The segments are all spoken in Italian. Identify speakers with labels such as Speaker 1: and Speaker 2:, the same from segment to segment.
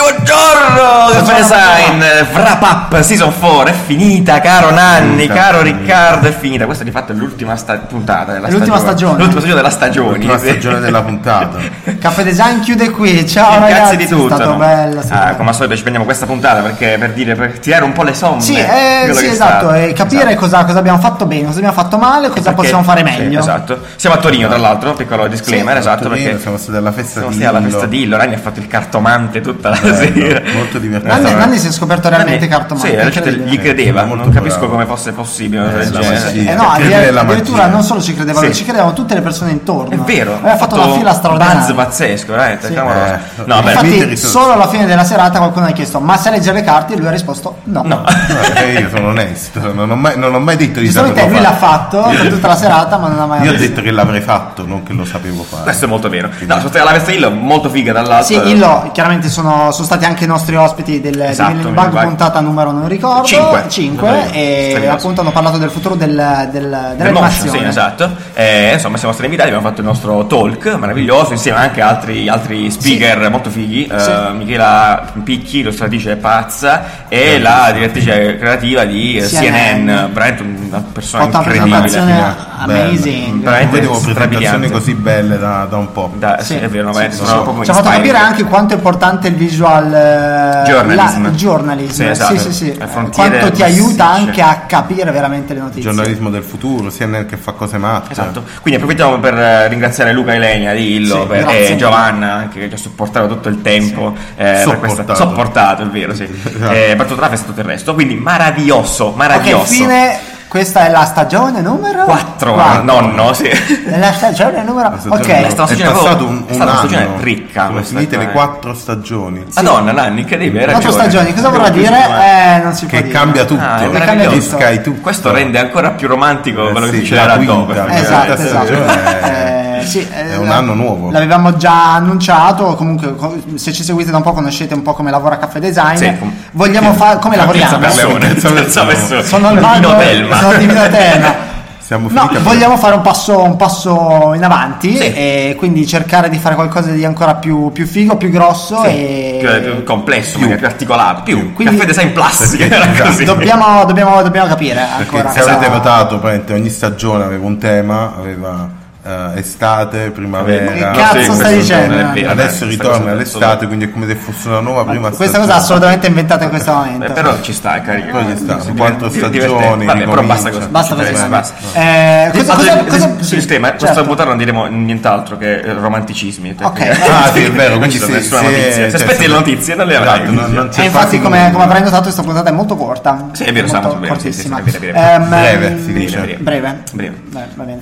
Speaker 1: Buongiorno! Come sai, in eh, Wrap Up Season 4 è finita, caro Nanni,
Speaker 2: Finita.
Speaker 1: caro Riccardo, è finita. Questa di fatto è l'ultima sta- puntata della
Speaker 3: L'ultima stagione.
Speaker 1: L'ultima stagione della stagione.
Speaker 2: L'ultima
Speaker 1: sì.
Speaker 2: stagione della puntata.
Speaker 3: Caffè Design chiude qui. Ciao
Speaker 1: Che
Speaker 3: ragazzi,
Speaker 1: cazzo di
Speaker 3: è
Speaker 1: tutto.
Speaker 3: stato
Speaker 1: no?
Speaker 3: bello. è
Speaker 1: Ah,
Speaker 3: stato bello.
Speaker 1: come al solito ci prendiamo questa puntata perché per dire per tirare un po' le somme.
Speaker 3: Sì,
Speaker 1: di
Speaker 3: eh,
Speaker 1: quello
Speaker 3: sì,
Speaker 1: che è
Speaker 3: esatto,
Speaker 1: stato.
Speaker 3: e capire
Speaker 1: Esatto.
Speaker 3: cosa, cosa abbiamo fatto bene, cosa abbiamo fatto male, cosa
Speaker 1: Perché-
Speaker 3: possiamo fare
Speaker 1: sì,
Speaker 3: meglio.
Speaker 1: esatto. Siamo a Torino, tra l'altro, piccolo disclaimer,
Speaker 2: Sì,
Speaker 1: esatto,
Speaker 2: Torino,
Speaker 1: perché
Speaker 2: siamo stati alla festa
Speaker 1: siamo
Speaker 2: di
Speaker 1: stati alla
Speaker 2: Illo.
Speaker 1: festa di Illo, Ragni ha fatto il cartomante tutta la
Speaker 2: Bello,
Speaker 1: sera.
Speaker 2: molto divertente.
Speaker 1: Eh,
Speaker 3: Nanni,
Speaker 1: stava-
Speaker 3: Nanni si è scoperto realmente
Speaker 1: Nanni-
Speaker 3: cartomante.
Speaker 1: Sì, la gente
Speaker 3: incredibile.
Speaker 1: gli credeva,
Speaker 2: Molto
Speaker 1: non capisco
Speaker 2: bravo.
Speaker 1: come fosse possibile. una cosa del
Speaker 2: la
Speaker 1: genere.
Speaker 2: magia.
Speaker 3: Eh no,
Speaker 2: Perché
Speaker 3: addir-
Speaker 2: credere alla
Speaker 3: addirittura
Speaker 2: magia.
Speaker 3: non solo ci credevano,
Speaker 1: Sì.
Speaker 3: ci credevano tutte le persone intorno.
Speaker 1: È vero,
Speaker 3: Eh, Aveva fatto una fila straordinaria.
Speaker 1: Un buzz pazzesco, veramente.
Speaker 3: Sì.
Speaker 1: cavolo.
Speaker 2: Eh,
Speaker 1: no, beh,
Speaker 2: Veramente
Speaker 3: Infatti,
Speaker 2: risorse.
Speaker 3: solo alla fine della serata qualcuno ha chiesto: Ma sai leggere le carte? E lui ha risposto: No.
Speaker 1: no.
Speaker 2: Guarda, eh, io sono onesto, non ho mai, non ho mai detto di
Speaker 3: Giustamente
Speaker 2: saperlo
Speaker 3: lui l'ha
Speaker 2: fare.
Speaker 3: fatto per tutta la serata, ma non ha mai
Speaker 2: Io ho
Speaker 3: avuto-
Speaker 2: detto che l'avrei fatto, non che lo sapevo fare.
Speaker 1: Questo è molto vero. No, sono stata la festa Illo molto figa dall'alto.
Speaker 3: Sì, Illo, chiaramente sono, sono stati anche i nostri ospiti del
Speaker 1: Eh. Esatto,
Speaker 3: di Millennium
Speaker 1: Millennium
Speaker 3: Bug,
Speaker 1: Bug.
Speaker 3: puntata numero non ricordo
Speaker 1: Cinque.
Speaker 3: 5 e
Speaker 1: Stavi-
Speaker 3: appunto hanno parlato del futuro del, del,
Speaker 1: Del motion,
Speaker 3: dell'animazione.
Speaker 1: sì, esatto. Eh, insomma, siamo stati invitati, abbiamo fatto il nostro talk meraviglioso, insieme anche a altri, altri speaker molto fighi. Eh,
Speaker 3: Sì.
Speaker 1: Michela Picchi, l'illustratrice pazza, e la direttrice creativa di eh, CNN,
Speaker 3: CNN.
Speaker 1: veramente una persona
Speaker 3: Fatto una
Speaker 1: incredibile.
Speaker 3: presentazione
Speaker 2: Bella.
Speaker 3: amazing.
Speaker 1: Bella.
Speaker 2: Non vedevo
Speaker 1: strabiliante.
Speaker 2: presentazioni così belle da, da un po'.
Speaker 1: Da-
Speaker 3: Sì.
Speaker 1: sì, è vero, no,
Speaker 3: Sì,
Speaker 1: beh,
Speaker 2: sì,
Speaker 1: sono
Speaker 2: sì.
Speaker 1: proprio
Speaker 3: Ci ha fatto
Speaker 1: inspiring.
Speaker 3: capire anche quanto è importante il visual eh,
Speaker 1: Journalism.
Speaker 3: la- journalism.
Speaker 1: Sì, esatto.
Speaker 3: sì, sì, sì.
Speaker 1: Le frontiere
Speaker 3: Quanto ti aiuta
Speaker 1: massicce.
Speaker 3: anche a capire veramente le notizie.
Speaker 2: Il giornalismo del futuro, CNN che fa cose matte.
Speaker 1: Esatto, quindi approfittiamo per eh, ringraziare Luca e Lenia di Illo
Speaker 3: Sì,
Speaker 1: per-
Speaker 3: grazie
Speaker 1: e
Speaker 3: mille.
Speaker 1: Giovanna anche che ci ha supportato tutto il tempo. eh, per questa-
Speaker 2: Sopportato.
Speaker 1: sopportato, è vero, sì.
Speaker 2: Esatto.
Speaker 1: Eh, per tutta la festa e tutto il resto. Quindi maravilloso, maravilloso.
Speaker 3: Ok, fine, questa è la stagione numero
Speaker 1: 4
Speaker 3: Quattro.
Speaker 1: eh, nonno, sì.
Speaker 3: È La stagione numero
Speaker 2: La stagione
Speaker 3: Ok.
Speaker 2: numero-
Speaker 1: stata una
Speaker 2: è
Speaker 1: stagione
Speaker 2: passato
Speaker 1: proprio-
Speaker 2: un,
Speaker 1: è
Speaker 2: un
Speaker 1: stata una stagione
Speaker 2: anno.
Speaker 1: ricca
Speaker 2: Sono
Speaker 1: questa
Speaker 2: finite le
Speaker 1: stagione.
Speaker 2: quattro stagioni.
Speaker 1: Madonna, Nanni, incredibile. hai
Speaker 3: Quattro
Speaker 1: ragione.
Speaker 3: stagioni, cosa
Speaker 1: Abbiamo
Speaker 3: vorrà
Speaker 1: chiuso
Speaker 3: dire?
Speaker 1: male.
Speaker 3: Eh, non si può
Speaker 2: Che
Speaker 3: dire.
Speaker 2: cambia tutto,
Speaker 1: Ah, è
Speaker 3: meraviglioso.
Speaker 2: gli sky tutto.
Speaker 1: Questo rende ancora più romantico
Speaker 2: Eh
Speaker 1: quello che
Speaker 2: sì,
Speaker 1: succederà
Speaker 2: la
Speaker 1: dopo.
Speaker 2: quinta,
Speaker 1: perché-
Speaker 3: Esatto,
Speaker 2: Eh, sì,
Speaker 3: esatto.
Speaker 2: cioè,
Speaker 3: Eh, sì,
Speaker 2: è
Speaker 3: eh,
Speaker 2: un anno nuovo.
Speaker 3: L'avevamo già annunciato, comunque co- se ci seguite da un po' conoscete un po' come lavora Caffè Design.
Speaker 1: Sì, com-
Speaker 3: Vogliamo fare come
Speaker 1: Terza
Speaker 3: lavoriamo?
Speaker 1: persona,
Speaker 2: Terza
Speaker 1: terza
Speaker 2: persona.
Speaker 1: persona.
Speaker 3: Sono il
Speaker 1: Dino
Speaker 3: Vado-
Speaker 1: Telma.
Speaker 3: sono di Minotena.
Speaker 2: Siamo
Speaker 3: No,
Speaker 2: finiti a-
Speaker 3: vogliamo fare un passo, un passo in avanti
Speaker 1: Sì.
Speaker 3: e quindi cercare di fare qualcosa di ancora più, più figo, più grosso
Speaker 1: Sì,
Speaker 3: e
Speaker 1: più, più complesso, magari più articolato, più
Speaker 3: Quindi- esatto.
Speaker 1: caffè design plus, che era così.
Speaker 3: dobbiamo, dobbiamo- dobbiamo capire
Speaker 2: Perché
Speaker 3: ancora. Esatto.
Speaker 2: se
Speaker 3: cosa-
Speaker 2: avete votato, praticamente ogni stagione aveva un tema, aveva eh, estate, primavera.
Speaker 3: Che cazzo
Speaker 2: questo
Speaker 3: stai
Speaker 2: è
Speaker 3: dicendo?
Speaker 2: vero.
Speaker 3: È vero,
Speaker 2: Adesso
Speaker 1: eh,
Speaker 2: ritorna
Speaker 1: questa cosa-
Speaker 2: all'estate, quindi è come se fosse una nuova prima
Speaker 3: Questa cosa è
Speaker 2: stagione.
Speaker 3: assolutamente inventata in questo
Speaker 1: Eh,
Speaker 3: momento.
Speaker 1: però ci sta, è carino.
Speaker 2: Però ci sta,
Speaker 1: Sì,
Speaker 2: quattro
Speaker 1: diverte-
Speaker 2: stagioni,
Speaker 1: Vabbè, però basta
Speaker 2: ricomincia.
Speaker 1: così.
Speaker 3: Basta
Speaker 1: Ci
Speaker 3: così.
Speaker 1: interessa, basta.
Speaker 3: Eh, cosa,
Speaker 1: Ad-
Speaker 3: cosa,
Speaker 1: ad-
Speaker 3: cosa,
Speaker 1: sì, disclaimer, questa
Speaker 3: certo.
Speaker 1: puntata non diremo nient'altro che eh, romanticismi.
Speaker 3: Ok.
Speaker 2: Ah, sì, è vero,
Speaker 1: Non
Speaker 2: quindi
Speaker 1: ci sono
Speaker 2: se-
Speaker 1: nessuna
Speaker 2: se-
Speaker 1: notizia. Se
Speaker 2: cioè,
Speaker 1: aspetti
Speaker 2: se-
Speaker 1: le notizie eh. non le avrai.
Speaker 2: Esatto, non- non c'è
Speaker 3: E Eh, infatti,
Speaker 2: quasi
Speaker 3: come,
Speaker 2: nulla.
Speaker 3: come avrai notato, questa puntata è molto corta.
Speaker 1: Sì, è vero,
Speaker 3: molto
Speaker 1: Samu, è vero, sì, sì, sì, è
Speaker 3: cortissima.
Speaker 1: vero, è vero.
Speaker 3: Ehm,
Speaker 2: Breve, si
Speaker 1: Breve,
Speaker 2: dice.
Speaker 1: breve.
Speaker 3: breve.
Speaker 1: Breve.
Speaker 3: Beh, va bene.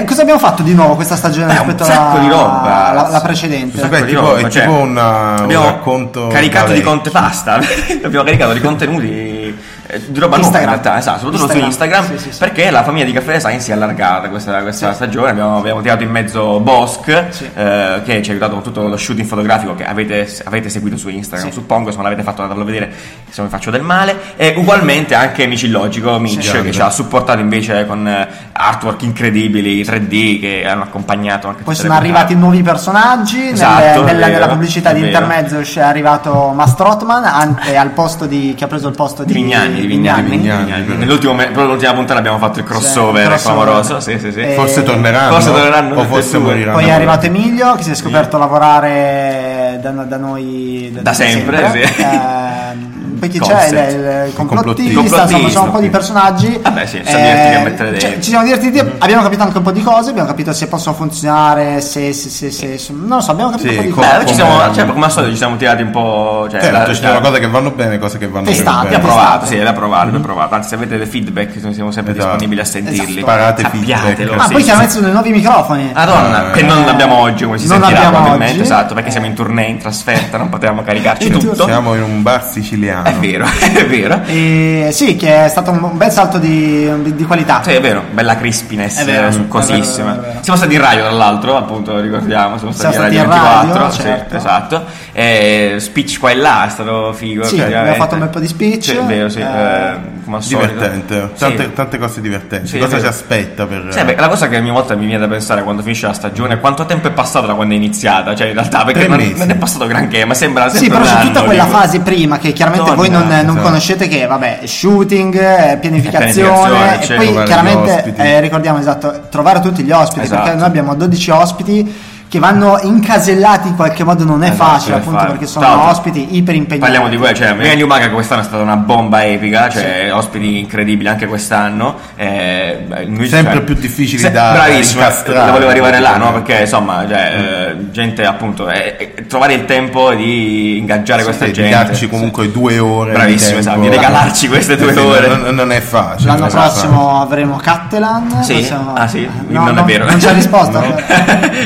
Speaker 3: Eh, cosa abbiamo fatto di nuovo questa stagione
Speaker 1: Beh, un
Speaker 3: rispetto
Speaker 1: sacco
Speaker 3: alla,
Speaker 1: di roba.
Speaker 3: alla- alla precedente?
Speaker 2: Vabbè,
Speaker 1: Ecco,
Speaker 2: tipo-
Speaker 1: io-
Speaker 2: è
Speaker 1: cioè,
Speaker 2: tipo una- un
Speaker 1: abbiamo
Speaker 2: racconto
Speaker 1: caricato
Speaker 2: da
Speaker 1: di
Speaker 2: lei.
Speaker 1: conte pasta abbiamo caricato di contenuti eh, di roba nuova in
Speaker 3: Instagram.
Speaker 1: realtà esatto, soprattutto su
Speaker 3: Instagram.
Speaker 1: Instagram
Speaker 3: Sì, sì, sì.
Speaker 1: perché la famiglia di Caffè Design si è allargata questa, questa stagione abbiamo, abbiamo tirato in mezzo Bosch
Speaker 3: Sì.
Speaker 1: eh, che ci ha aiutato con tutto lo shooting fotografico che avete, avete seguito su Instagram
Speaker 3: Sì.
Speaker 1: suppongo se non l'avete fatto andatelo a vedere se non vi faccio del male e ugualmente anche Micillogico Mitch
Speaker 2: Sì.
Speaker 1: che ci ha supportato invece con eh, artwork incredibili 3D che hanno accompagnato anche
Speaker 3: Poi
Speaker 1: tutte le
Speaker 3: sono
Speaker 1: puntate.
Speaker 3: arrivati nuovi personaggi.
Speaker 1: Esatto,
Speaker 3: nelle-
Speaker 1: è
Speaker 3: nella, nella
Speaker 1: vero,
Speaker 3: pubblicità
Speaker 1: è
Speaker 3: di
Speaker 1: vero.
Speaker 3: intermezzo è arrivato Mastrotman an- e al posto di, che ha preso il posto di
Speaker 1: Vignani, di Vignani,
Speaker 3: Vignani.
Speaker 2: Vignani.
Speaker 1: Vignani. Nell'ultimo, me- proprio l'ultima puntata abbiamo fatto il crossover,
Speaker 3: Sì, il crossover.
Speaker 1: clamoroso. Sì, sì, sì.
Speaker 3: Eh,
Speaker 2: Forse torneranno,
Speaker 1: Forse torneranno
Speaker 2: o
Speaker 1: tutte e
Speaker 2: forse
Speaker 1: due.
Speaker 2: moriranno.
Speaker 3: Poi è arrivato Emilio che si è scoperto lavorare da, da noi
Speaker 1: Da sempre, sì.
Speaker 3: Ehm, poi chi c'è
Speaker 1: Concept.
Speaker 3: il, il
Speaker 2: Il
Speaker 3: complottista,
Speaker 2: complottista.
Speaker 3: insomma, sono un po' di
Speaker 1: Complottista.
Speaker 3: personaggi.
Speaker 1: Vabbè, sì, ci siamo divertiti a mettere Mm-hmm. dentro.
Speaker 3: cioè, ci siamo divertiti, abbiamo capito anche un po' di cose, abbiamo capito se possono funzionare, se, se, se, se- se- non lo so, abbiamo capito
Speaker 2: Sì,
Speaker 3: un po' di
Speaker 2: co-
Speaker 3: cose.
Speaker 1: Beh, ci siamo,
Speaker 2: come-
Speaker 1: cioè, come al solito ci siamo tirati un po'. Cioè, la-
Speaker 2: Certo, ci sono
Speaker 1: la-
Speaker 2: cose che vanno bene, cose che vanno
Speaker 3: Testate,
Speaker 2: meno
Speaker 1: Abbiamo
Speaker 2: bene.
Speaker 1: provato, sì, abbiamo provato, abbiamo provato. Anzi, se avete dei feedback, noi siamo sempre
Speaker 2: Esatto.
Speaker 1: disponibili a sentirli.
Speaker 3: Mm-hmm. Esatto.
Speaker 2: Parate
Speaker 1: Sappiatelo,
Speaker 2: feedback.
Speaker 3: Ah,
Speaker 1: sì, sì.
Speaker 3: poi
Speaker 1: Ah,
Speaker 3: siamo messi dei nuovi microfoni.
Speaker 1: Madonna,
Speaker 2: Eh.
Speaker 1: che non abbiamo oggi come si
Speaker 3: Non
Speaker 1: sentirà
Speaker 3: abbiamo
Speaker 1: probabilmente,
Speaker 3: oggi.
Speaker 1: esatto, perché siamo in tournée, in trasferta, non potevamo caricarci
Speaker 3: In
Speaker 1: tutto.
Speaker 3: tournée.
Speaker 2: Siamo in un bar siciliano.
Speaker 1: È vero, è vero.
Speaker 3: E sì, che è stato un un bel salto di, di qualità.
Speaker 1: Ah, Sì, è vero, bella crispiness,
Speaker 3: È vero,
Speaker 1: eh, succosissima.
Speaker 3: è vero, è vero, è vero.
Speaker 1: Siamo stati in radio, tra l'altro, appunto, ricordiamo, siamo stati,
Speaker 3: Siamo
Speaker 1: in
Speaker 3: stati
Speaker 1: radio
Speaker 3: in radio,
Speaker 1: 24, sì,
Speaker 3: certo.
Speaker 1: esatto. E speech qua e là, è stato figo.
Speaker 3: Sì,
Speaker 1: ovviamente.
Speaker 3: abbiamo fatto un bel po' di speech.
Speaker 1: Sì, è vero, sì.
Speaker 3: Eh,
Speaker 1: eh, come al solito.
Speaker 2: Divertente,
Speaker 1: Sì.
Speaker 2: tante, tante cose divertenti.
Speaker 1: Sì, è
Speaker 2: Cosa ci
Speaker 1: vero.
Speaker 2: aspetta per... eh,
Speaker 1: Sì, beh, la cosa che ogni volta mi viene da pensare quando finisce la stagione è quanto tempo è passato da quando è iniziata, cioè in realtà perché
Speaker 2: Tre
Speaker 1: non,
Speaker 2: mesi.
Speaker 1: non è passato granché, ma sembra sempre
Speaker 3: Sì, però
Speaker 1: un
Speaker 3: c'è
Speaker 1: anno,
Speaker 3: tutta quella
Speaker 1: dico.
Speaker 3: fase prima che chiaramente
Speaker 1: Madonna,
Speaker 3: voi non, non
Speaker 2: esatto.
Speaker 3: conoscete che, vabbè, shooting, eh,
Speaker 1: Pianificazione,
Speaker 3: pianificazione e
Speaker 1: eccetera,
Speaker 3: poi
Speaker 2: trovare gli
Speaker 3: chiaramente
Speaker 2: ospiti.
Speaker 3: eh, ricordiamo esatto, trovare tutti gli ospiti
Speaker 1: Esatto.
Speaker 3: perché noi abbiamo 12 ospiti che vanno incasellati in qualche modo, non è
Speaker 1: Esatto,
Speaker 3: facile
Speaker 1: è
Speaker 3: appunto
Speaker 1: facile.
Speaker 3: perché sono
Speaker 1: Tanto,
Speaker 3: ospiti iper impegnati.
Speaker 1: Parliamo di quello, cioè
Speaker 2: Eh.
Speaker 1: Mia New Maga quest'anno è stata una bomba epica, cioè ospiti incredibili anche quest'anno. eh, il music-
Speaker 2: Sempre più difficili da
Speaker 1: bravissimo,
Speaker 2: incastrare.
Speaker 1: la volevo arrivare là, no? Perché insomma, cioè, eh, gente appunto, eh, eh, trovare il tempo di ingaggiare questa
Speaker 2: Sì,
Speaker 1: gente.
Speaker 2: dedicarci comunque due ore di
Speaker 1: Bravissimo,
Speaker 2: tempo.
Speaker 1: esatto, di regalarci queste due
Speaker 2: Sì, no,
Speaker 1: ore.
Speaker 2: non, non è facile Esatto.
Speaker 3: L'anno
Speaker 2: non è facile.
Speaker 3: prossimo avremo Cattelan.
Speaker 1: esatto. Sì?
Speaker 3: possiamo-
Speaker 1: Ah, sì?
Speaker 3: No,
Speaker 1: Non è vero.
Speaker 3: Non c'è risposta.
Speaker 2: No.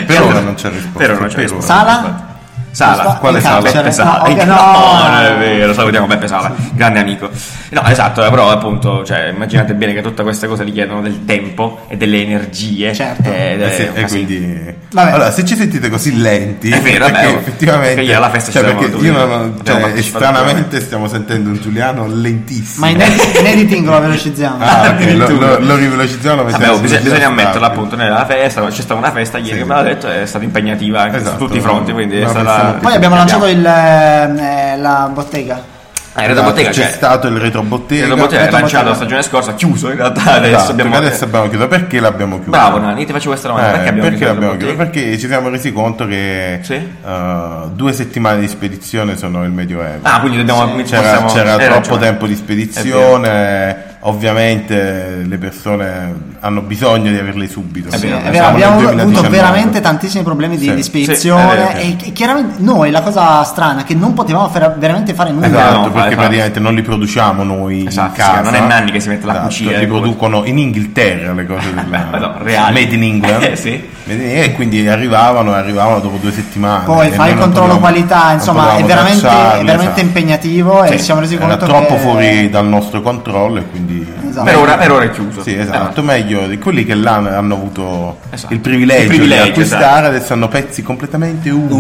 Speaker 2: per ora non c'è risposta
Speaker 1: Per ora non c'è
Speaker 2: per
Speaker 1: risposta.
Speaker 2: ora.
Speaker 3: Sala?
Speaker 1: Sala,
Speaker 3: Quale
Speaker 1: In
Speaker 2: Sala?
Speaker 1: Beppe
Speaker 3: No,
Speaker 1: Sala. Eh,
Speaker 3: ok,
Speaker 1: no,
Speaker 3: no.
Speaker 1: non è vero, salutiamo Beppe Sala, grande amico. No, esatto, però appunto, cioè, immaginate bene che tutte queste cose richiedono del tempo e delle energie.
Speaker 3: Certo.
Speaker 1: ed è
Speaker 2: Eh sì,
Speaker 1: un
Speaker 2: e
Speaker 1: casino.
Speaker 2: quindi
Speaker 3: Vabbè.
Speaker 2: Allora, se ci sentite così lenti,
Speaker 1: È vero, è
Speaker 2: perché
Speaker 1: vero.
Speaker 2: effettivamente
Speaker 1: Perché alla festa ci
Speaker 2: cioè,
Speaker 1: siamo
Speaker 2: perché
Speaker 1: tutti.
Speaker 2: io non,
Speaker 1: Abbiamo
Speaker 2: cioè,
Speaker 1: partecipato
Speaker 2: stranamente stiamo sentendo un Giuliano lentissimo.
Speaker 3: Ma in, ed- in editing lo velocizziamo.
Speaker 2: Ah, ok, lo, lo,
Speaker 1: Addirittura.
Speaker 2: lo rivelocizziamo, lo
Speaker 1: Vabbè,
Speaker 2: mettiamo
Speaker 1: oh,
Speaker 2: su-
Speaker 1: bisogna,
Speaker 2: su-
Speaker 1: bisogna
Speaker 2: su-
Speaker 1: ammetterlo appunto nella festa, c'è stata una festa ieri
Speaker 2: Sì.
Speaker 1: che me l'ha detto, è stata impegnativa anche
Speaker 2: Esatto,
Speaker 1: su tutti i fronti, quindi è
Speaker 2: una
Speaker 1: stata...
Speaker 2: festa molto
Speaker 3: Poi abbiamo lanciato
Speaker 1: il...
Speaker 3: il, eh, la bottega.
Speaker 2: Esatto,
Speaker 1: bottega,
Speaker 2: c'è
Speaker 1: cioè,
Speaker 2: stato il retrobottega.
Speaker 1: Reto Bottega è
Speaker 3: Reto
Speaker 1: lanciato
Speaker 3: Bottega.
Speaker 1: la stagione scorsa, chiuso in realtà, adesso
Speaker 2: Esatto,
Speaker 1: abbiamo...
Speaker 2: adesso abbiamo chiuso perché l'abbiamo chiuso?
Speaker 1: Bravo Nani, ti facevo questa domanda,
Speaker 2: Eh,
Speaker 1: perché abbiamo chiuso
Speaker 2: l'abbiamo
Speaker 1: Reto
Speaker 2: chiuso?
Speaker 1: Bottega?
Speaker 2: Perché ci siamo resi conto che
Speaker 1: Sì.
Speaker 2: eh, due settimane di spedizione sono il Medioevo.
Speaker 1: Ah, quindi dobbiamo...
Speaker 2: c'era,
Speaker 1: possiamo- Eh,
Speaker 2: c'era
Speaker 1: hai
Speaker 2: troppo
Speaker 1: ragione.
Speaker 2: tempo di spedizione, ovviamente le persone hanno bisogno di averle subito.
Speaker 1: È vero,
Speaker 2: Siamo
Speaker 3: È vero,
Speaker 2: nel
Speaker 3: Eh, abbiamo
Speaker 2: 2019.
Speaker 3: avuto veramente tantissimi problemi di,
Speaker 2: Sì.
Speaker 3: di
Speaker 1: Sì, è
Speaker 3: spedizione
Speaker 1: vero,
Speaker 3: e chi- chiaramente noi la cosa strana è che non potevamo fare- veramente fare nulla.
Speaker 2: Esatto,
Speaker 1: No,
Speaker 2: perché
Speaker 1: fai, fai.
Speaker 2: praticamente non li produciamo noi
Speaker 1: Eh, Esatto,
Speaker 2: in
Speaker 1: sì,
Speaker 2: casa.
Speaker 1: non è Nanni che si mette la
Speaker 2: Esatto,
Speaker 1: cucina,
Speaker 2: Li
Speaker 1: eh, poi.
Speaker 2: producono in Inghilterra le cose della
Speaker 1: ma no, reali.
Speaker 2: Made in England.
Speaker 1: Eh, sì.
Speaker 2: Made in- E quindi arrivavano, arrivavano dopo due settimane.
Speaker 3: Poi
Speaker 2: e
Speaker 3: fai
Speaker 2: noi
Speaker 3: il
Speaker 2: non
Speaker 3: controllo
Speaker 2: potevamo-
Speaker 3: qualità,
Speaker 2: non
Speaker 3: insomma, è
Speaker 2: potevamo
Speaker 3: veramente, è
Speaker 2: tracciarli,
Speaker 3: veramente
Speaker 2: esatto.
Speaker 3: impegnativo e
Speaker 2: Sì,
Speaker 3: ci siamo resi
Speaker 2: era
Speaker 3: conto
Speaker 2: troppo
Speaker 3: che
Speaker 2: fuori dal nostro controllo e quindi
Speaker 3: Esatto.
Speaker 1: Per ora, per ora è chiuso.
Speaker 2: Sì, esatto, meglio di quelli che là hanno avuto
Speaker 1: Esatto.
Speaker 2: il privilegio,
Speaker 1: Il privilegio, esatto.
Speaker 2: di acquistare, adesso hanno pezzi completamente unici.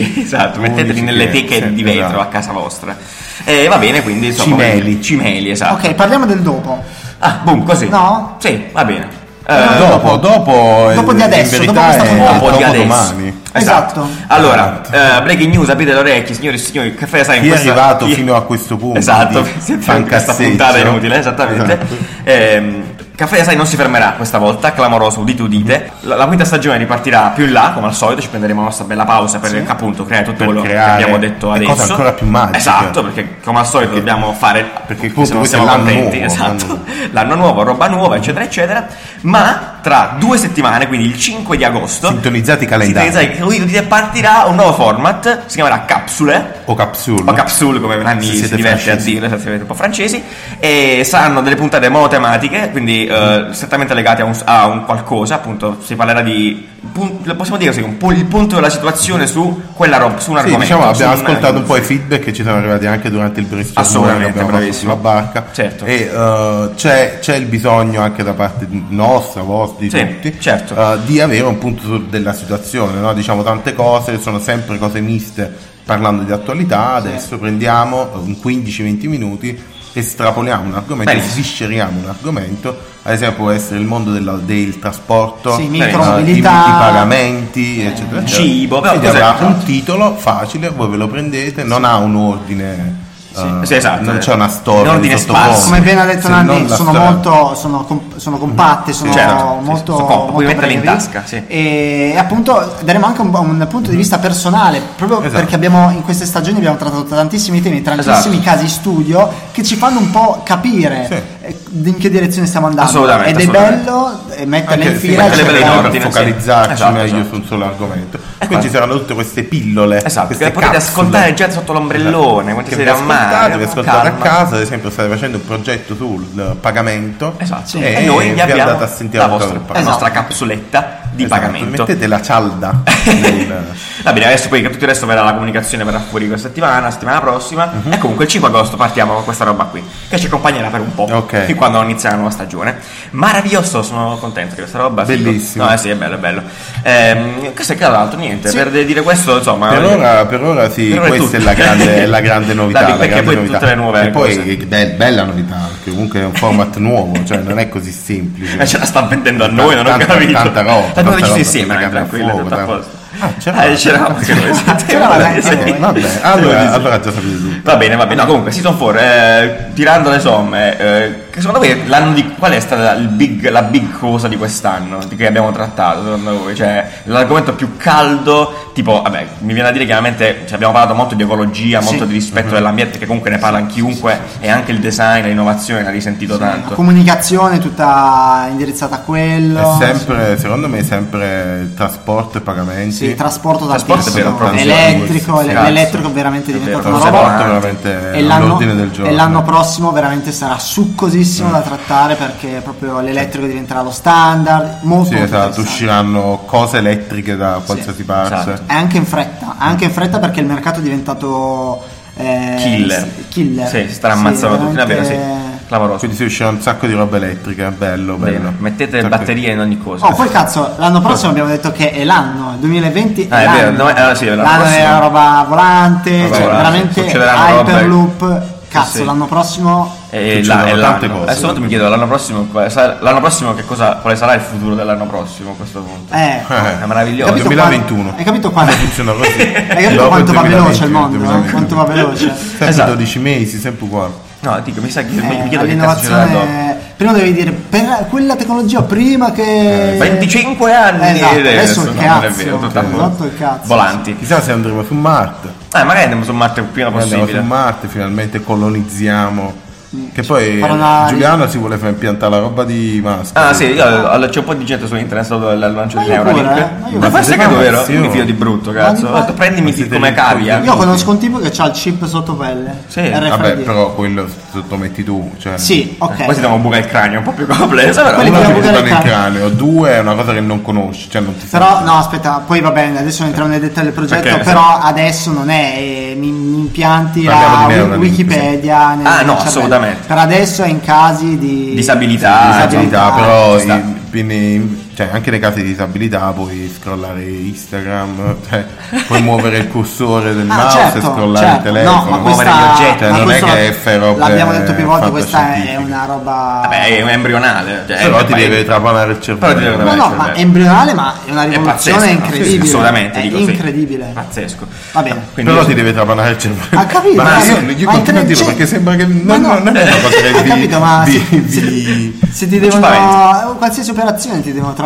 Speaker 1: unici, esatto,
Speaker 2: Unici,
Speaker 1: metteteli nelle
Speaker 2: Eh, sì,
Speaker 1: teche
Speaker 2: sì,
Speaker 1: di vetro
Speaker 2: esatto.
Speaker 1: a casa vostra. E va bene, quindi insomma,
Speaker 2: Cimeli.
Speaker 1: cimeli, esatto.
Speaker 3: Ok, parliamo del dopo.
Speaker 1: Ah, boom, così.
Speaker 3: No?
Speaker 1: Sì, va bene.
Speaker 3: No,
Speaker 1: Eh,
Speaker 2: dopo, dopo, eh,
Speaker 3: Dopo di
Speaker 2: in
Speaker 3: adesso, dopo
Speaker 2: verità
Speaker 3: questa
Speaker 2: è
Speaker 3: puntata.
Speaker 1: dopo di adesso.
Speaker 2: domani.
Speaker 3: Esatto.
Speaker 1: Allora, eh, breaking news, aprite le orecchie, signori e signori, il caffè sai
Speaker 2: Chi è arrivato fino a questo punto?
Speaker 1: Esatto,
Speaker 2: di
Speaker 1: siete anche questa
Speaker 2: fancasseggio.
Speaker 1: puntata è inutile, esattamente.
Speaker 2: Esatto.
Speaker 1: Ehm, Caffè Desai non si fermerà questa volta, clamoroso, udite udite. La, la quinta stagione ripartirà più in là, come al solito, ci prenderemo la nostra bella pausa per appunto creare tutto
Speaker 2: Per
Speaker 1: quello
Speaker 2: creare
Speaker 1: che abbiamo detto
Speaker 2: le
Speaker 1: adesso.
Speaker 2: cose ancora più magiche.
Speaker 1: Esatto, perché come al solito
Speaker 2: Perché-
Speaker 1: dobbiamo fare
Speaker 2: perché
Speaker 1: se
Speaker 2: comunque
Speaker 1: non siamo
Speaker 2: questo è l'anno
Speaker 1: contenti,
Speaker 2: nuovo,
Speaker 1: esatto.
Speaker 2: l'anno nuovo.
Speaker 1: L'anno nuovo, roba nuova, eccetera, eccetera. Ma tra due settimane, quindi il 5 di agosto,
Speaker 2: Sintonizzate i calendari.
Speaker 1: sintonizzate- udite, udite, partirà un nuovo format, si chiamerà Capsule
Speaker 2: O capsule.
Speaker 1: o capsule come Nanni
Speaker 2: Se
Speaker 1: si,
Speaker 2: siete
Speaker 1: diverte
Speaker 2: francesi.
Speaker 1: a dire se siete un po' francesi e saranno delle puntate monotematiche quindi eh, strettamente legate a un, a un qualcosa appunto si parlerà di pun- possiamo dire così, un po' il punto della situazione su quella roba su un
Speaker 2: Sì,
Speaker 1: argomento
Speaker 2: diciamo, abbiamo
Speaker 1: su un-
Speaker 2: ascoltato un po' i feedback che ci sono arrivati anche durante il brainstorming
Speaker 1: Assolutamente,
Speaker 2: che abbiamo fatto
Speaker 1: bravissimo.
Speaker 2: sulla barca.
Speaker 1: Certo.
Speaker 2: E eh, c'è, c'è il bisogno anche da parte di- nostra, vostra, di
Speaker 1: Sì,
Speaker 2: tutti,
Speaker 1: certo.
Speaker 2: eh, di avere un punto su- della situazione. no? Diciamo tante cose, sono sempre cose miste parlando di attualità. Adesso prendiamo un 15-20 minuti, estraponiamo un argomento,
Speaker 1: Benissimo.
Speaker 2: svisceriamo un argomento. Ad esempio, può essere il mondo della- del trasporto,
Speaker 3: Sì,
Speaker 2: eh, i, i
Speaker 3: micromobilità.
Speaker 2: pagamenti, eccetera. eccetera.
Speaker 1: Cibo, però
Speaker 2: Quindi
Speaker 1: cos'è?
Speaker 2: avrà un titolo facile, voi ve lo prendete, non ha un ordine. eh,
Speaker 1: sì, esatto.
Speaker 2: Non c'è una storia.
Speaker 1: Un ordine
Speaker 2: di sottofondo.
Speaker 1: sparso.
Speaker 3: Come appena detto
Speaker 2: Se
Speaker 3: Nanni,
Speaker 2: non la
Speaker 3: sono
Speaker 2: storia.
Speaker 3: molto sono, comp- sono compatte, sono
Speaker 1: certo, sì,
Speaker 3: molto,
Speaker 1: sono comp- puoi
Speaker 3: molto
Speaker 1: metterle in
Speaker 3: brevi.
Speaker 1: tasca, sì. Mm-hmm.
Speaker 3: E appunto daremo anche un, un punto di vista personale, proprio
Speaker 2: Esatto.
Speaker 3: perché abbiamo in queste stagioni abbiamo trattato tantissimi temi, tantissimi
Speaker 1: Esatto.
Speaker 3: casi studio che ci fanno un po' capire
Speaker 2: Sì.
Speaker 3: eh, in che direzione stiamo andando.
Speaker 1: Assolutamente,
Speaker 3: Ed è
Speaker 1: assolutamente.
Speaker 3: bello eh, metterle
Speaker 2: Anche
Speaker 3: in
Speaker 2: sì,
Speaker 3: fila
Speaker 1: metterle
Speaker 3: e
Speaker 1: belle in
Speaker 3: cercare-
Speaker 1: ordine, sì.
Speaker 2: focalizzarci
Speaker 1: Esatto,
Speaker 2: meglio
Speaker 1: esatto.
Speaker 2: su un solo argomento. E
Speaker 1: qua-
Speaker 2: quindi ci saranno tutte queste pillole.
Speaker 1: Esatto,
Speaker 2: queste
Speaker 1: che le potete
Speaker 2: capsule. Esatto.
Speaker 1: ascoltare già sotto l'ombrellone, quando
Speaker 2: Che
Speaker 1: siete
Speaker 2: vi
Speaker 1: a mare, eh,
Speaker 2: ascoltate, vi ascoltate a
Speaker 1: calma.
Speaker 2: casa, ad esempio state facendo un progetto sul eh, pagamento
Speaker 1: esatto
Speaker 2: e,
Speaker 1: e noi
Speaker 2: vi
Speaker 1: abbiamo
Speaker 2: andate a sentire
Speaker 1: la,
Speaker 2: cosa
Speaker 1: vostra,
Speaker 2: del
Speaker 1: la nostra
Speaker 2: pagamento.
Speaker 1: capsuletta di
Speaker 2: Esatto,
Speaker 1: pagamento.
Speaker 2: Mettete la cialda nel...
Speaker 1: Va bene, adesso poi tutto il resto verrà la comunicazione verrà fuori questa settimana, settimana prossima.
Speaker 2: Mhm.
Speaker 1: E comunque il 5 agosto partiamo con questa roba qui, che ci accompagnerà per un po'.
Speaker 2: Ok.
Speaker 1: Fin quando non inizia la nuova stagione. Meraviglioso, sono contento di questa roba. figo.
Speaker 2: Bellissimo.
Speaker 1: No, eh sì, è bello, è bello. Ehm, questo è che tra l'altro, niente,
Speaker 3: Sì.
Speaker 1: per de- dire questo, insomma...
Speaker 2: Per ora, per ora sì,
Speaker 1: Ah, Per ora è tutto.
Speaker 2: questa è la grande, è la grande novità.
Speaker 1: Dai,
Speaker 2: la
Speaker 1: perché
Speaker 2: grande
Speaker 1: poi
Speaker 2: novità.
Speaker 1: tutte le nuove eh,
Speaker 2: E poi
Speaker 1: cose.
Speaker 2: che be- bella novità, perché comunque è un format nuovo, cioè non è così semplice.
Speaker 1: Eh, ce la sta vendendo a noi, non ho
Speaker 2: Tanta-
Speaker 1: capito.
Speaker 2: tanta roba,
Speaker 1: L'abbiamo
Speaker 2: tanta
Speaker 1: deciso
Speaker 2: roba,
Speaker 1: insieme,
Speaker 2: tanta carne
Speaker 1: tranquillo,
Speaker 2: al
Speaker 1: tutto a
Speaker 2: fuoco,
Speaker 1: posto.
Speaker 2: tanto. Ah, c'eravamo.
Speaker 1: Eh, c'eravamo anche noi. sì.
Speaker 3: C'eravamo anche
Speaker 1: Sì.
Speaker 3: noi.
Speaker 2: Vabbè,
Speaker 1: Sì, sì.
Speaker 2: allora, allora già sapete tutto.
Speaker 1: Va bene, va bene. No, comunque, Season 4, eh, tirando le somme, eh, che secondo voi l'anno di, qual è stata il big- la big cosa di quest'anno di che abbiamo trattato? Secondo voi? Cioè, l'argomento più caldo, tipo, vabbè, mi viene da dire chiaramente cioè, abbiamo parlato molto di ecologia,
Speaker 3: Sì. Mm-hmm.
Speaker 1: molto di rispetto dell'ambiente, che comunque ne parla chiunque, e anche il design, l'innovazione, l'ha risentito
Speaker 3: La
Speaker 1: tanto.
Speaker 3: comunicazione tutta indirizzata a quello.
Speaker 2: È sempre, secondo me, sempre trasporto e pagamenti.
Speaker 3: Sì, trasporto
Speaker 1: Trasporto è vero,
Speaker 3: tantissimo,
Speaker 1: proprio.
Speaker 3: elettrico,
Speaker 2: Sì,
Speaker 3: l'e-
Speaker 2: grazie.
Speaker 3: l'elettrico veramente è
Speaker 1: È
Speaker 3: diventato
Speaker 1: vero,
Speaker 3: una
Speaker 1: forse
Speaker 3: roba
Speaker 2: trasporto
Speaker 1: avanti.
Speaker 2: veramente
Speaker 3: e l'anno,
Speaker 2: all'ordine del giorno.
Speaker 3: e l'anno prossimo veramente sarà succosissimo da trattare perché proprio l'elettrico diventerà lo standard, molto,
Speaker 2: Sì,
Speaker 3: molto
Speaker 2: esatto,
Speaker 3: interessante.
Speaker 2: usciranno cose elettriche da qualsiasi parte.
Speaker 1: esatto.
Speaker 3: E anche in fretta, anche in fretta perché il mercato è diventato eh,
Speaker 1: Killer.
Speaker 3: s- killer.
Speaker 1: Sì, si stanno ammazzando tutti, davvero, sì.
Speaker 3: veramente-
Speaker 1: Clamoroso.
Speaker 2: Quindi si uscirà un sacco di roba elettrica, bello,
Speaker 1: Bene,
Speaker 2: bello.
Speaker 1: Mettete
Speaker 2: Sacco di-
Speaker 1: batterie in ogni cosa.
Speaker 3: Oh, poi cazzo, l'anno prossimo abbiamo detto che è l'anno, il 2020
Speaker 1: Ah, è
Speaker 3: l'anno.
Speaker 1: vero, no, eh, sì, è l'anno
Speaker 3: l'anno
Speaker 1: prossimo.
Speaker 3: è roba volante,
Speaker 1: Roba
Speaker 3: cioè
Speaker 1: volante,
Speaker 3: veramente
Speaker 1: succederanno robe.
Speaker 3: Hyperloop, cazzo,
Speaker 1: sì.
Speaker 3: l'anno prossimo
Speaker 1: E
Speaker 2: Succedono
Speaker 1: là, e
Speaker 2: tante
Speaker 1: l'anno.
Speaker 2: cose.
Speaker 1: Adesso tanto mi chiedo l'anno prossimo, quale sarà, l'anno prossimo che cosa, quale sarà il futuro dell'anno prossimo a questo punto?
Speaker 3: eh,
Speaker 2: Eh,
Speaker 1: È meraviglioso.
Speaker 3: capito
Speaker 2: 2021.
Speaker 3: quanto- hai capito
Speaker 1: Eh,
Speaker 3: quanto
Speaker 2: Funziona così.
Speaker 3: Hai capito quanto va veloce il mondo, eh? quanto va veloce.
Speaker 2: Sempre
Speaker 1: Esatto.
Speaker 2: 12 mesi, sempre uguale.
Speaker 1: No, dico, mi sa che mi- mi
Speaker 3: Eh,
Speaker 1: chiedo che cazzo ci sarà dopo.
Speaker 3: L'innovazione prima devi dire per quella tecnologia prima
Speaker 1: Eh,
Speaker 3: che
Speaker 1: 25 anni
Speaker 3: Esatto,
Speaker 1: eh,
Speaker 3: adesso il
Speaker 1: no, non è
Speaker 3: cazzo,
Speaker 1: vero, tutto a posto.
Speaker 3: esatto, il cazzo.
Speaker 1: Volanti.
Speaker 2: Chissà se andremo su Marte.
Speaker 1: Eh, magari andiamo su Marte il prima
Speaker 2: Eh, Andiamo
Speaker 1: possibile.
Speaker 2: su Marte, finalmente colonizziamo.
Speaker 3: Mm.
Speaker 2: Che poi
Speaker 3: Farà una-
Speaker 2: Giuliano si vuole far impiantare la roba di Musk.
Speaker 1: Ah sì, io, all- c'è un po' di gente su internet stato al lancio
Speaker 3: Ma
Speaker 1: di
Speaker 3: io pure,
Speaker 1: Neuralink.
Speaker 3: eh, ma io
Speaker 1: Ma forse
Speaker 2: pure.
Speaker 1: è credo vero?
Speaker 2: Sì,
Speaker 1: Io mi
Speaker 2: io-
Speaker 1: fido di brutto,
Speaker 3: Ma
Speaker 1: cazzo.
Speaker 3: di-
Speaker 1: Ho detto, Prendimi
Speaker 2: Ma siete
Speaker 1: come
Speaker 2: dei-
Speaker 1: cavia.
Speaker 3: io conosco un tipo che ha il chip sotto pelle
Speaker 1: Sì,
Speaker 3: RFID.
Speaker 2: Vabbè, però quello sottometti tu. Cioè,
Speaker 3: sì ok
Speaker 1: Eh, Poi si dà un buco al cranio, un po' più complesso, però.
Speaker 3: Quelli
Speaker 2: Uno
Speaker 3: che la
Speaker 2: ti
Speaker 3: buca
Speaker 2: butta
Speaker 3: nel
Speaker 2: nel
Speaker 3: cranio.
Speaker 2: cranio, due è una cosa che non conosci, cioè non ti
Speaker 3: Però
Speaker 2: serve.
Speaker 3: no, aspetta, poi va bene, adesso non entriamo nei dettagli del progetto,
Speaker 1: Perché-
Speaker 3: però adesso non è eh, mi, mi impianti
Speaker 2: Parliamo
Speaker 3: la
Speaker 2: di
Speaker 3: Wi-
Speaker 2: Neuralink,
Speaker 3: Wikipedia nel
Speaker 1: Ah, no,
Speaker 3: cervello.
Speaker 1: assolutamente.
Speaker 3: Per adesso è in casi di
Speaker 1: Disabilità,
Speaker 2: disabilità,
Speaker 1: Ah,
Speaker 2: però
Speaker 1: ci sta.
Speaker 2: i- quindi, cioè, anche nei casi di disabilità puoi scrollare Instagram, cioè, puoi muovere il cursore del
Speaker 3: Ah,
Speaker 2: mouse
Speaker 3: certo,
Speaker 2: e scrollare
Speaker 3: certo.
Speaker 2: il telefono,
Speaker 3: No, ma
Speaker 1: muovere
Speaker 3: questa,
Speaker 1: gli oggetti,
Speaker 3: ma
Speaker 2: cioè, non è
Speaker 3: questo
Speaker 2: che
Speaker 3: lo-
Speaker 2: è ferro
Speaker 3: L'abbiamo
Speaker 2: per-
Speaker 3: detto più volte, questa è
Speaker 2: fantascientifico.
Speaker 3: una roba
Speaker 1: Vabbè, è embrionale. Cioè,
Speaker 2: Ah. Eh, però ti
Speaker 1: ma-
Speaker 2: deve trapanare il
Speaker 1: Però
Speaker 2: cervello.
Speaker 1: ti deve
Speaker 3: No,
Speaker 1: trapanare
Speaker 3: no,
Speaker 1: Vabbè,
Speaker 3: ma
Speaker 1: certo.
Speaker 3: embrionale, ma è una
Speaker 1: È
Speaker 3: rivoluzione
Speaker 1: pazzesco.
Speaker 3: incredibile.
Speaker 1: Sì, assolutamente,
Speaker 3: è
Speaker 1: dico sì.
Speaker 3: incredibile.
Speaker 1: Pazzesco.
Speaker 3: Va bene.
Speaker 1: Quindi
Speaker 2: però
Speaker 1: io-
Speaker 2: ti deve trapanare il cervello.
Speaker 3: Ha Ah, capito,
Speaker 2: ma
Speaker 3: ma- ma
Speaker 2: io, io
Speaker 3: in
Speaker 2: continuo a dirlo
Speaker 3: 300
Speaker 2: perché sembra che non,
Speaker 3: no.
Speaker 2: non è una cosa che
Speaker 3: Ho
Speaker 2: vi-
Speaker 3: capito, ma
Speaker 2: vi-
Speaker 3: se-
Speaker 2: vi-
Speaker 3: Se ti devono.
Speaker 1: spaventa.
Speaker 3: qualsiasi operazione ti devono trapanare.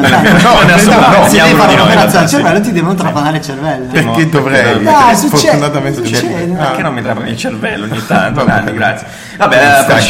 Speaker 3: No, in realtà-
Speaker 2: No,
Speaker 1: No,
Speaker 2: no,
Speaker 1: adesso
Speaker 2: no,
Speaker 1: no,
Speaker 3: se
Speaker 1: siamo
Speaker 3: devi fare
Speaker 1: di Oh, noi,
Speaker 3: un'operazione
Speaker 1: adesso
Speaker 3: al
Speaker 1: sì.
Speaker 3: cervello ti devono trapanare il cervello.
Speaker 2: Perché dovrei?
Speaker 1: No,
Speaker 2: Perché
Speaker 3: succede,
Speaker 2: fortunatamente
Speaker 3: succede.
Speaker 2: Ah,
Speaker 1: Perché non mi trapano il cervello ogni tanto?
Speaker 2: Vabbè.
Speaker 1: Nanni, grazie. Vabbè,
Speaker 2: Mi
Speaker 1: eh,
Speaker 2: Ah, stai
Speaker 1: proce-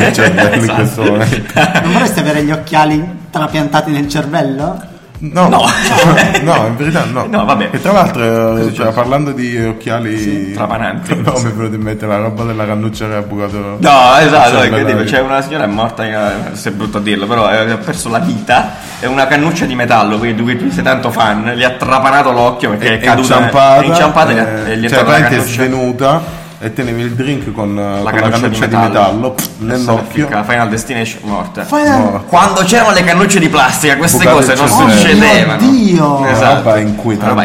Speaker 2: il cervello in
Speaker 1: Esatto.
Speaker 2: questo momento.
Speaker 3: Non vorresti avere gli occhiali trapiantati nel cervello?
Speaker 2: No,
Speaker 1: No.
Speaker 2: no, no, in verità no.
Speaker 1: No, vabbè.
Speaker 2: E tra l'altro, eh, cioè, parlando di occhiali
Speaker 1: trapananti.
Speaker 2: No, mi è venuto in mente la roba della cannuccia che ha bucato.
Speaker 1: No, esatto,
Speaker 2: Cioè,
Speaker 1: è incredibile.
Speaker 2: bella-
Speaker 1: C'è una signora è morta, eh, se è brutto a dirlo, però eh, ha perso la vita. È una cannuccia di metallo, quindi tu che tu sei tanto fan, gli ha trapanato l'occhio perché è,
Speaker 2: è,
Speaker 1: caduta.
Speaker 2: inciampata,
Speaker 1: è inciampata e gli ha-
Speaker 2: eh,
Speaker 1: e gli è tornata
Speaker 2: cioè,
Speaker 1: la
Speaker 2: praticamente è
Speaker 1: cannuccia.
Speaker 2: svenuta. E tenevi il drink con eh, con la
Speaker 1: cannuccia
Speaker 2: cannuccia,
Speaker 1: di
Speaker 2: di
Speaker 1: metallo.
Speaker 2: metallo, pff, nell'occhio.
Speaker 1: La Final Destination morta.
Speaker 3: Final-
Speaker 2: No.
Speaker 1: Quando c'erano le cannucce di plastica, queste cose
Speaker 2: Bucate
Speaker 1: non
Speaker 2: il Ah, cervello.
Speaker 1: succedevano.
Speaker 3: Oh mio Dio!
Speaker 1: Esatto.
Speaker 2: Roba
Speaker 1: Una roba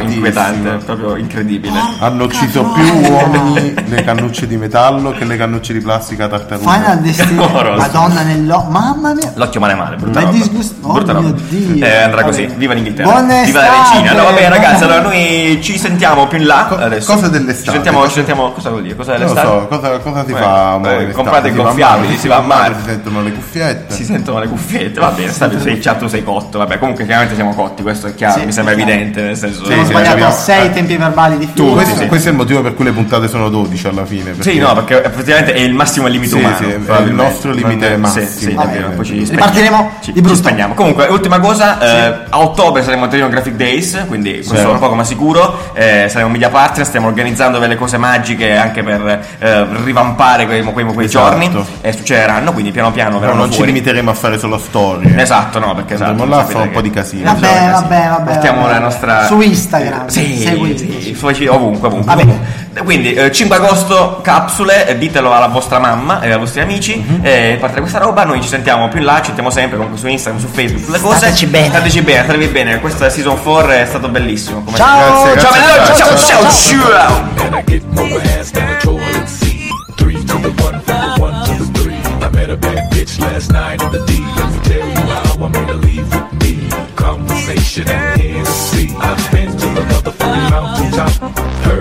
Speaker 2: inquietantissima.
Speaker 1: inquietante, proprio incredibile.
Speaker 2: Hanno ucciso
Speaker 3: Cazzo,
Speaker 2: più
Speaker 3: no.
Speaker 2: uomini le cannucce di metallo che le cannucce di plastica tartaruga.
Speaker 3: Final Destination.
Speaker 1: Clamoroso.
Speaker 3: Madonna nell'o. Mamma mia.
Speaker 1: L'occhio male male, brutta
Speaker 3: Ma è
Speaker 1: roba.
Speaker 3: disgust- oh
Speaker 1: brutta
Speaker 3: mio
Speaker 1: roba.
Speaker 3: Dio.
Speaker 1: Eh, andrà
Speaker 3: Va
Speaker 1: così.
Speaker 3: bene.
Speaker 1: Viva l'Inghilterra.
Speaker 3: Buona
Speaker 1: Viva la
Speaker 3: estate.
Speaker 1: regina. No, va bene,
Speaker 3: Buona-
Speaker 1: ragazzi. Allora noi ci sentiamo più in là.
Speaker 2: Co-
Speaker 1: adesso.
Speaker 2: cosa dell'estate?
Speaker 1: Ci sentiamo,
Speaker 2: Cosa-
Speaker 1: ci sentiamo. Cosa vuol dire? Cosa è
Speaker 2: Non lo
Speaker 1: l'estate?
Speaker 2: so, cosa, cosa si
Speaker 1: Beh,
Speaker 2: fa?
Speaker 1: beh,
Speaker 2: amore,
Speaker 1: comprate
Speaker 2: l'estate?
Speaker 1: i
Speaker 2: Si va a
Speaker 1: gonfiabili,
Speaker 2: mare,
Speaker 1: si va a mare.
Speaker 2: Si sentono le cuffiette.
Speaker 1: Si sentono le cuffiette, va bene, stai, sei, già tu sei cotto, vabbè comunque chiaramente siamo cotti, questo è chiaro,
Speaker 3: Sì,
Speaker 1: mi sembra
Speaker 3: sì.
Speaker 1: evidente, nel senso...
Speaker 2: Sì,
Speaker 3: Ho
Speaker 2: sì,
Speaker 3: sbagliato
Speaker 2: abbiamo-
Speaker 3: sei
Speaker 2: eh.
Speaker 3: tempi verbali di
Speaker 1: Tu,
Speaker 3: fila.
Speaker 2: questo,
Speaker 1: sì.
Speaker 2: questo è il motivo per cui le puntate sono 12 alla fine. perché-
Speaker 1: Sì, no, perché effettivamente è il massimo limite
Speaker 2: Sì,
Speaker 1: umano.
Speaker 2: sì, è il
Speaker 1: probabilmente.
Speaker 2: nostro limite
Speaker 1: Sì,
Speaker 2: massimo.
Speaker 1: Sì, è
Speaker 3: Vabbè.
Speaker 1: vero, poi ci
Speaker 2: Quindi
Speaker 1: spegniamo.
Speaker 3: partiremo
Speaker 1: Ci-
Speaker 3: di brutto.
Speaker 1: Ci spegniamo. Comunque, ultima cosa, eh, a ottobre saremo a Torino Graphic Days, quindi questo
Speaker 2: Vero.
Speaker 1: è un po' come sicuro. eh, saremo media partner, stiamo organizzando delle cose magiche anche per per eh, rivampare quei, quei, quei
Speaker 2: Esatto.
Speaker 1: giorni e succederanno, quindi piano piano
Speaker 2: No,
Speaker 1: verranno
Speaker 2: non ci
Speaker 1: fuori.
Speaker 2: limiteremo a fare solo storie.
Speaker 1: Esatto, no, perché
Speaker 2: Andremo
Speaker 1: esatto,
Speaker 2: là,
Speaker 1: sapete
Speaker 2: fa un
Speaker 1: che-
Speaker 2: po' di casino.
Speaker 1: Facciamo
Speaker 3: Vabbè,
Speaker 1: casino.
Speaker 3: vabbè, vabbè,
Speaker 1: Portiamo
Speaker 3: vabbè.
Speaker 1: la nostra...
Speaker 3: Su Instagram,
Speaker 1: Eh, Sì,
Speaker 3: seguiteci.
Speaker 1: sì, seguiteci ovunque, ovunque.
Speaker 3: Vabbè.
Speaker 1: ovunque. Quindi, eh, 5 agosto, capsule, eh, ditelo alla vostra mamma e ai vostri amici, eh, parte questa roba, noi ci sentiamo più in là, ci sentiamo sempre comunque su Instagram, su Facebook, sulle cose.
Speaker 4: Stateci bene.
Speaker 1: Stateci bene, statevi bene. Questa season 4 è stato bellissimo. come-
Speaker 3: Ciao,
Speaker 2: Grazie,
Speaker 1: ciao,
Speaker 2: grazie,
Speaker 1: ciao,
Speaker 2: grazie.
Speaker 1: ciao, ciao, ciao.
Speaker 5: And I get more ass than a toilet seat. Three to the one, from the one to the three. I met a bad bitch last night in the D. Let me tell you how I made her leave with me. Conversation and Hennessy. I've been to the motherfucking mountaintop. Her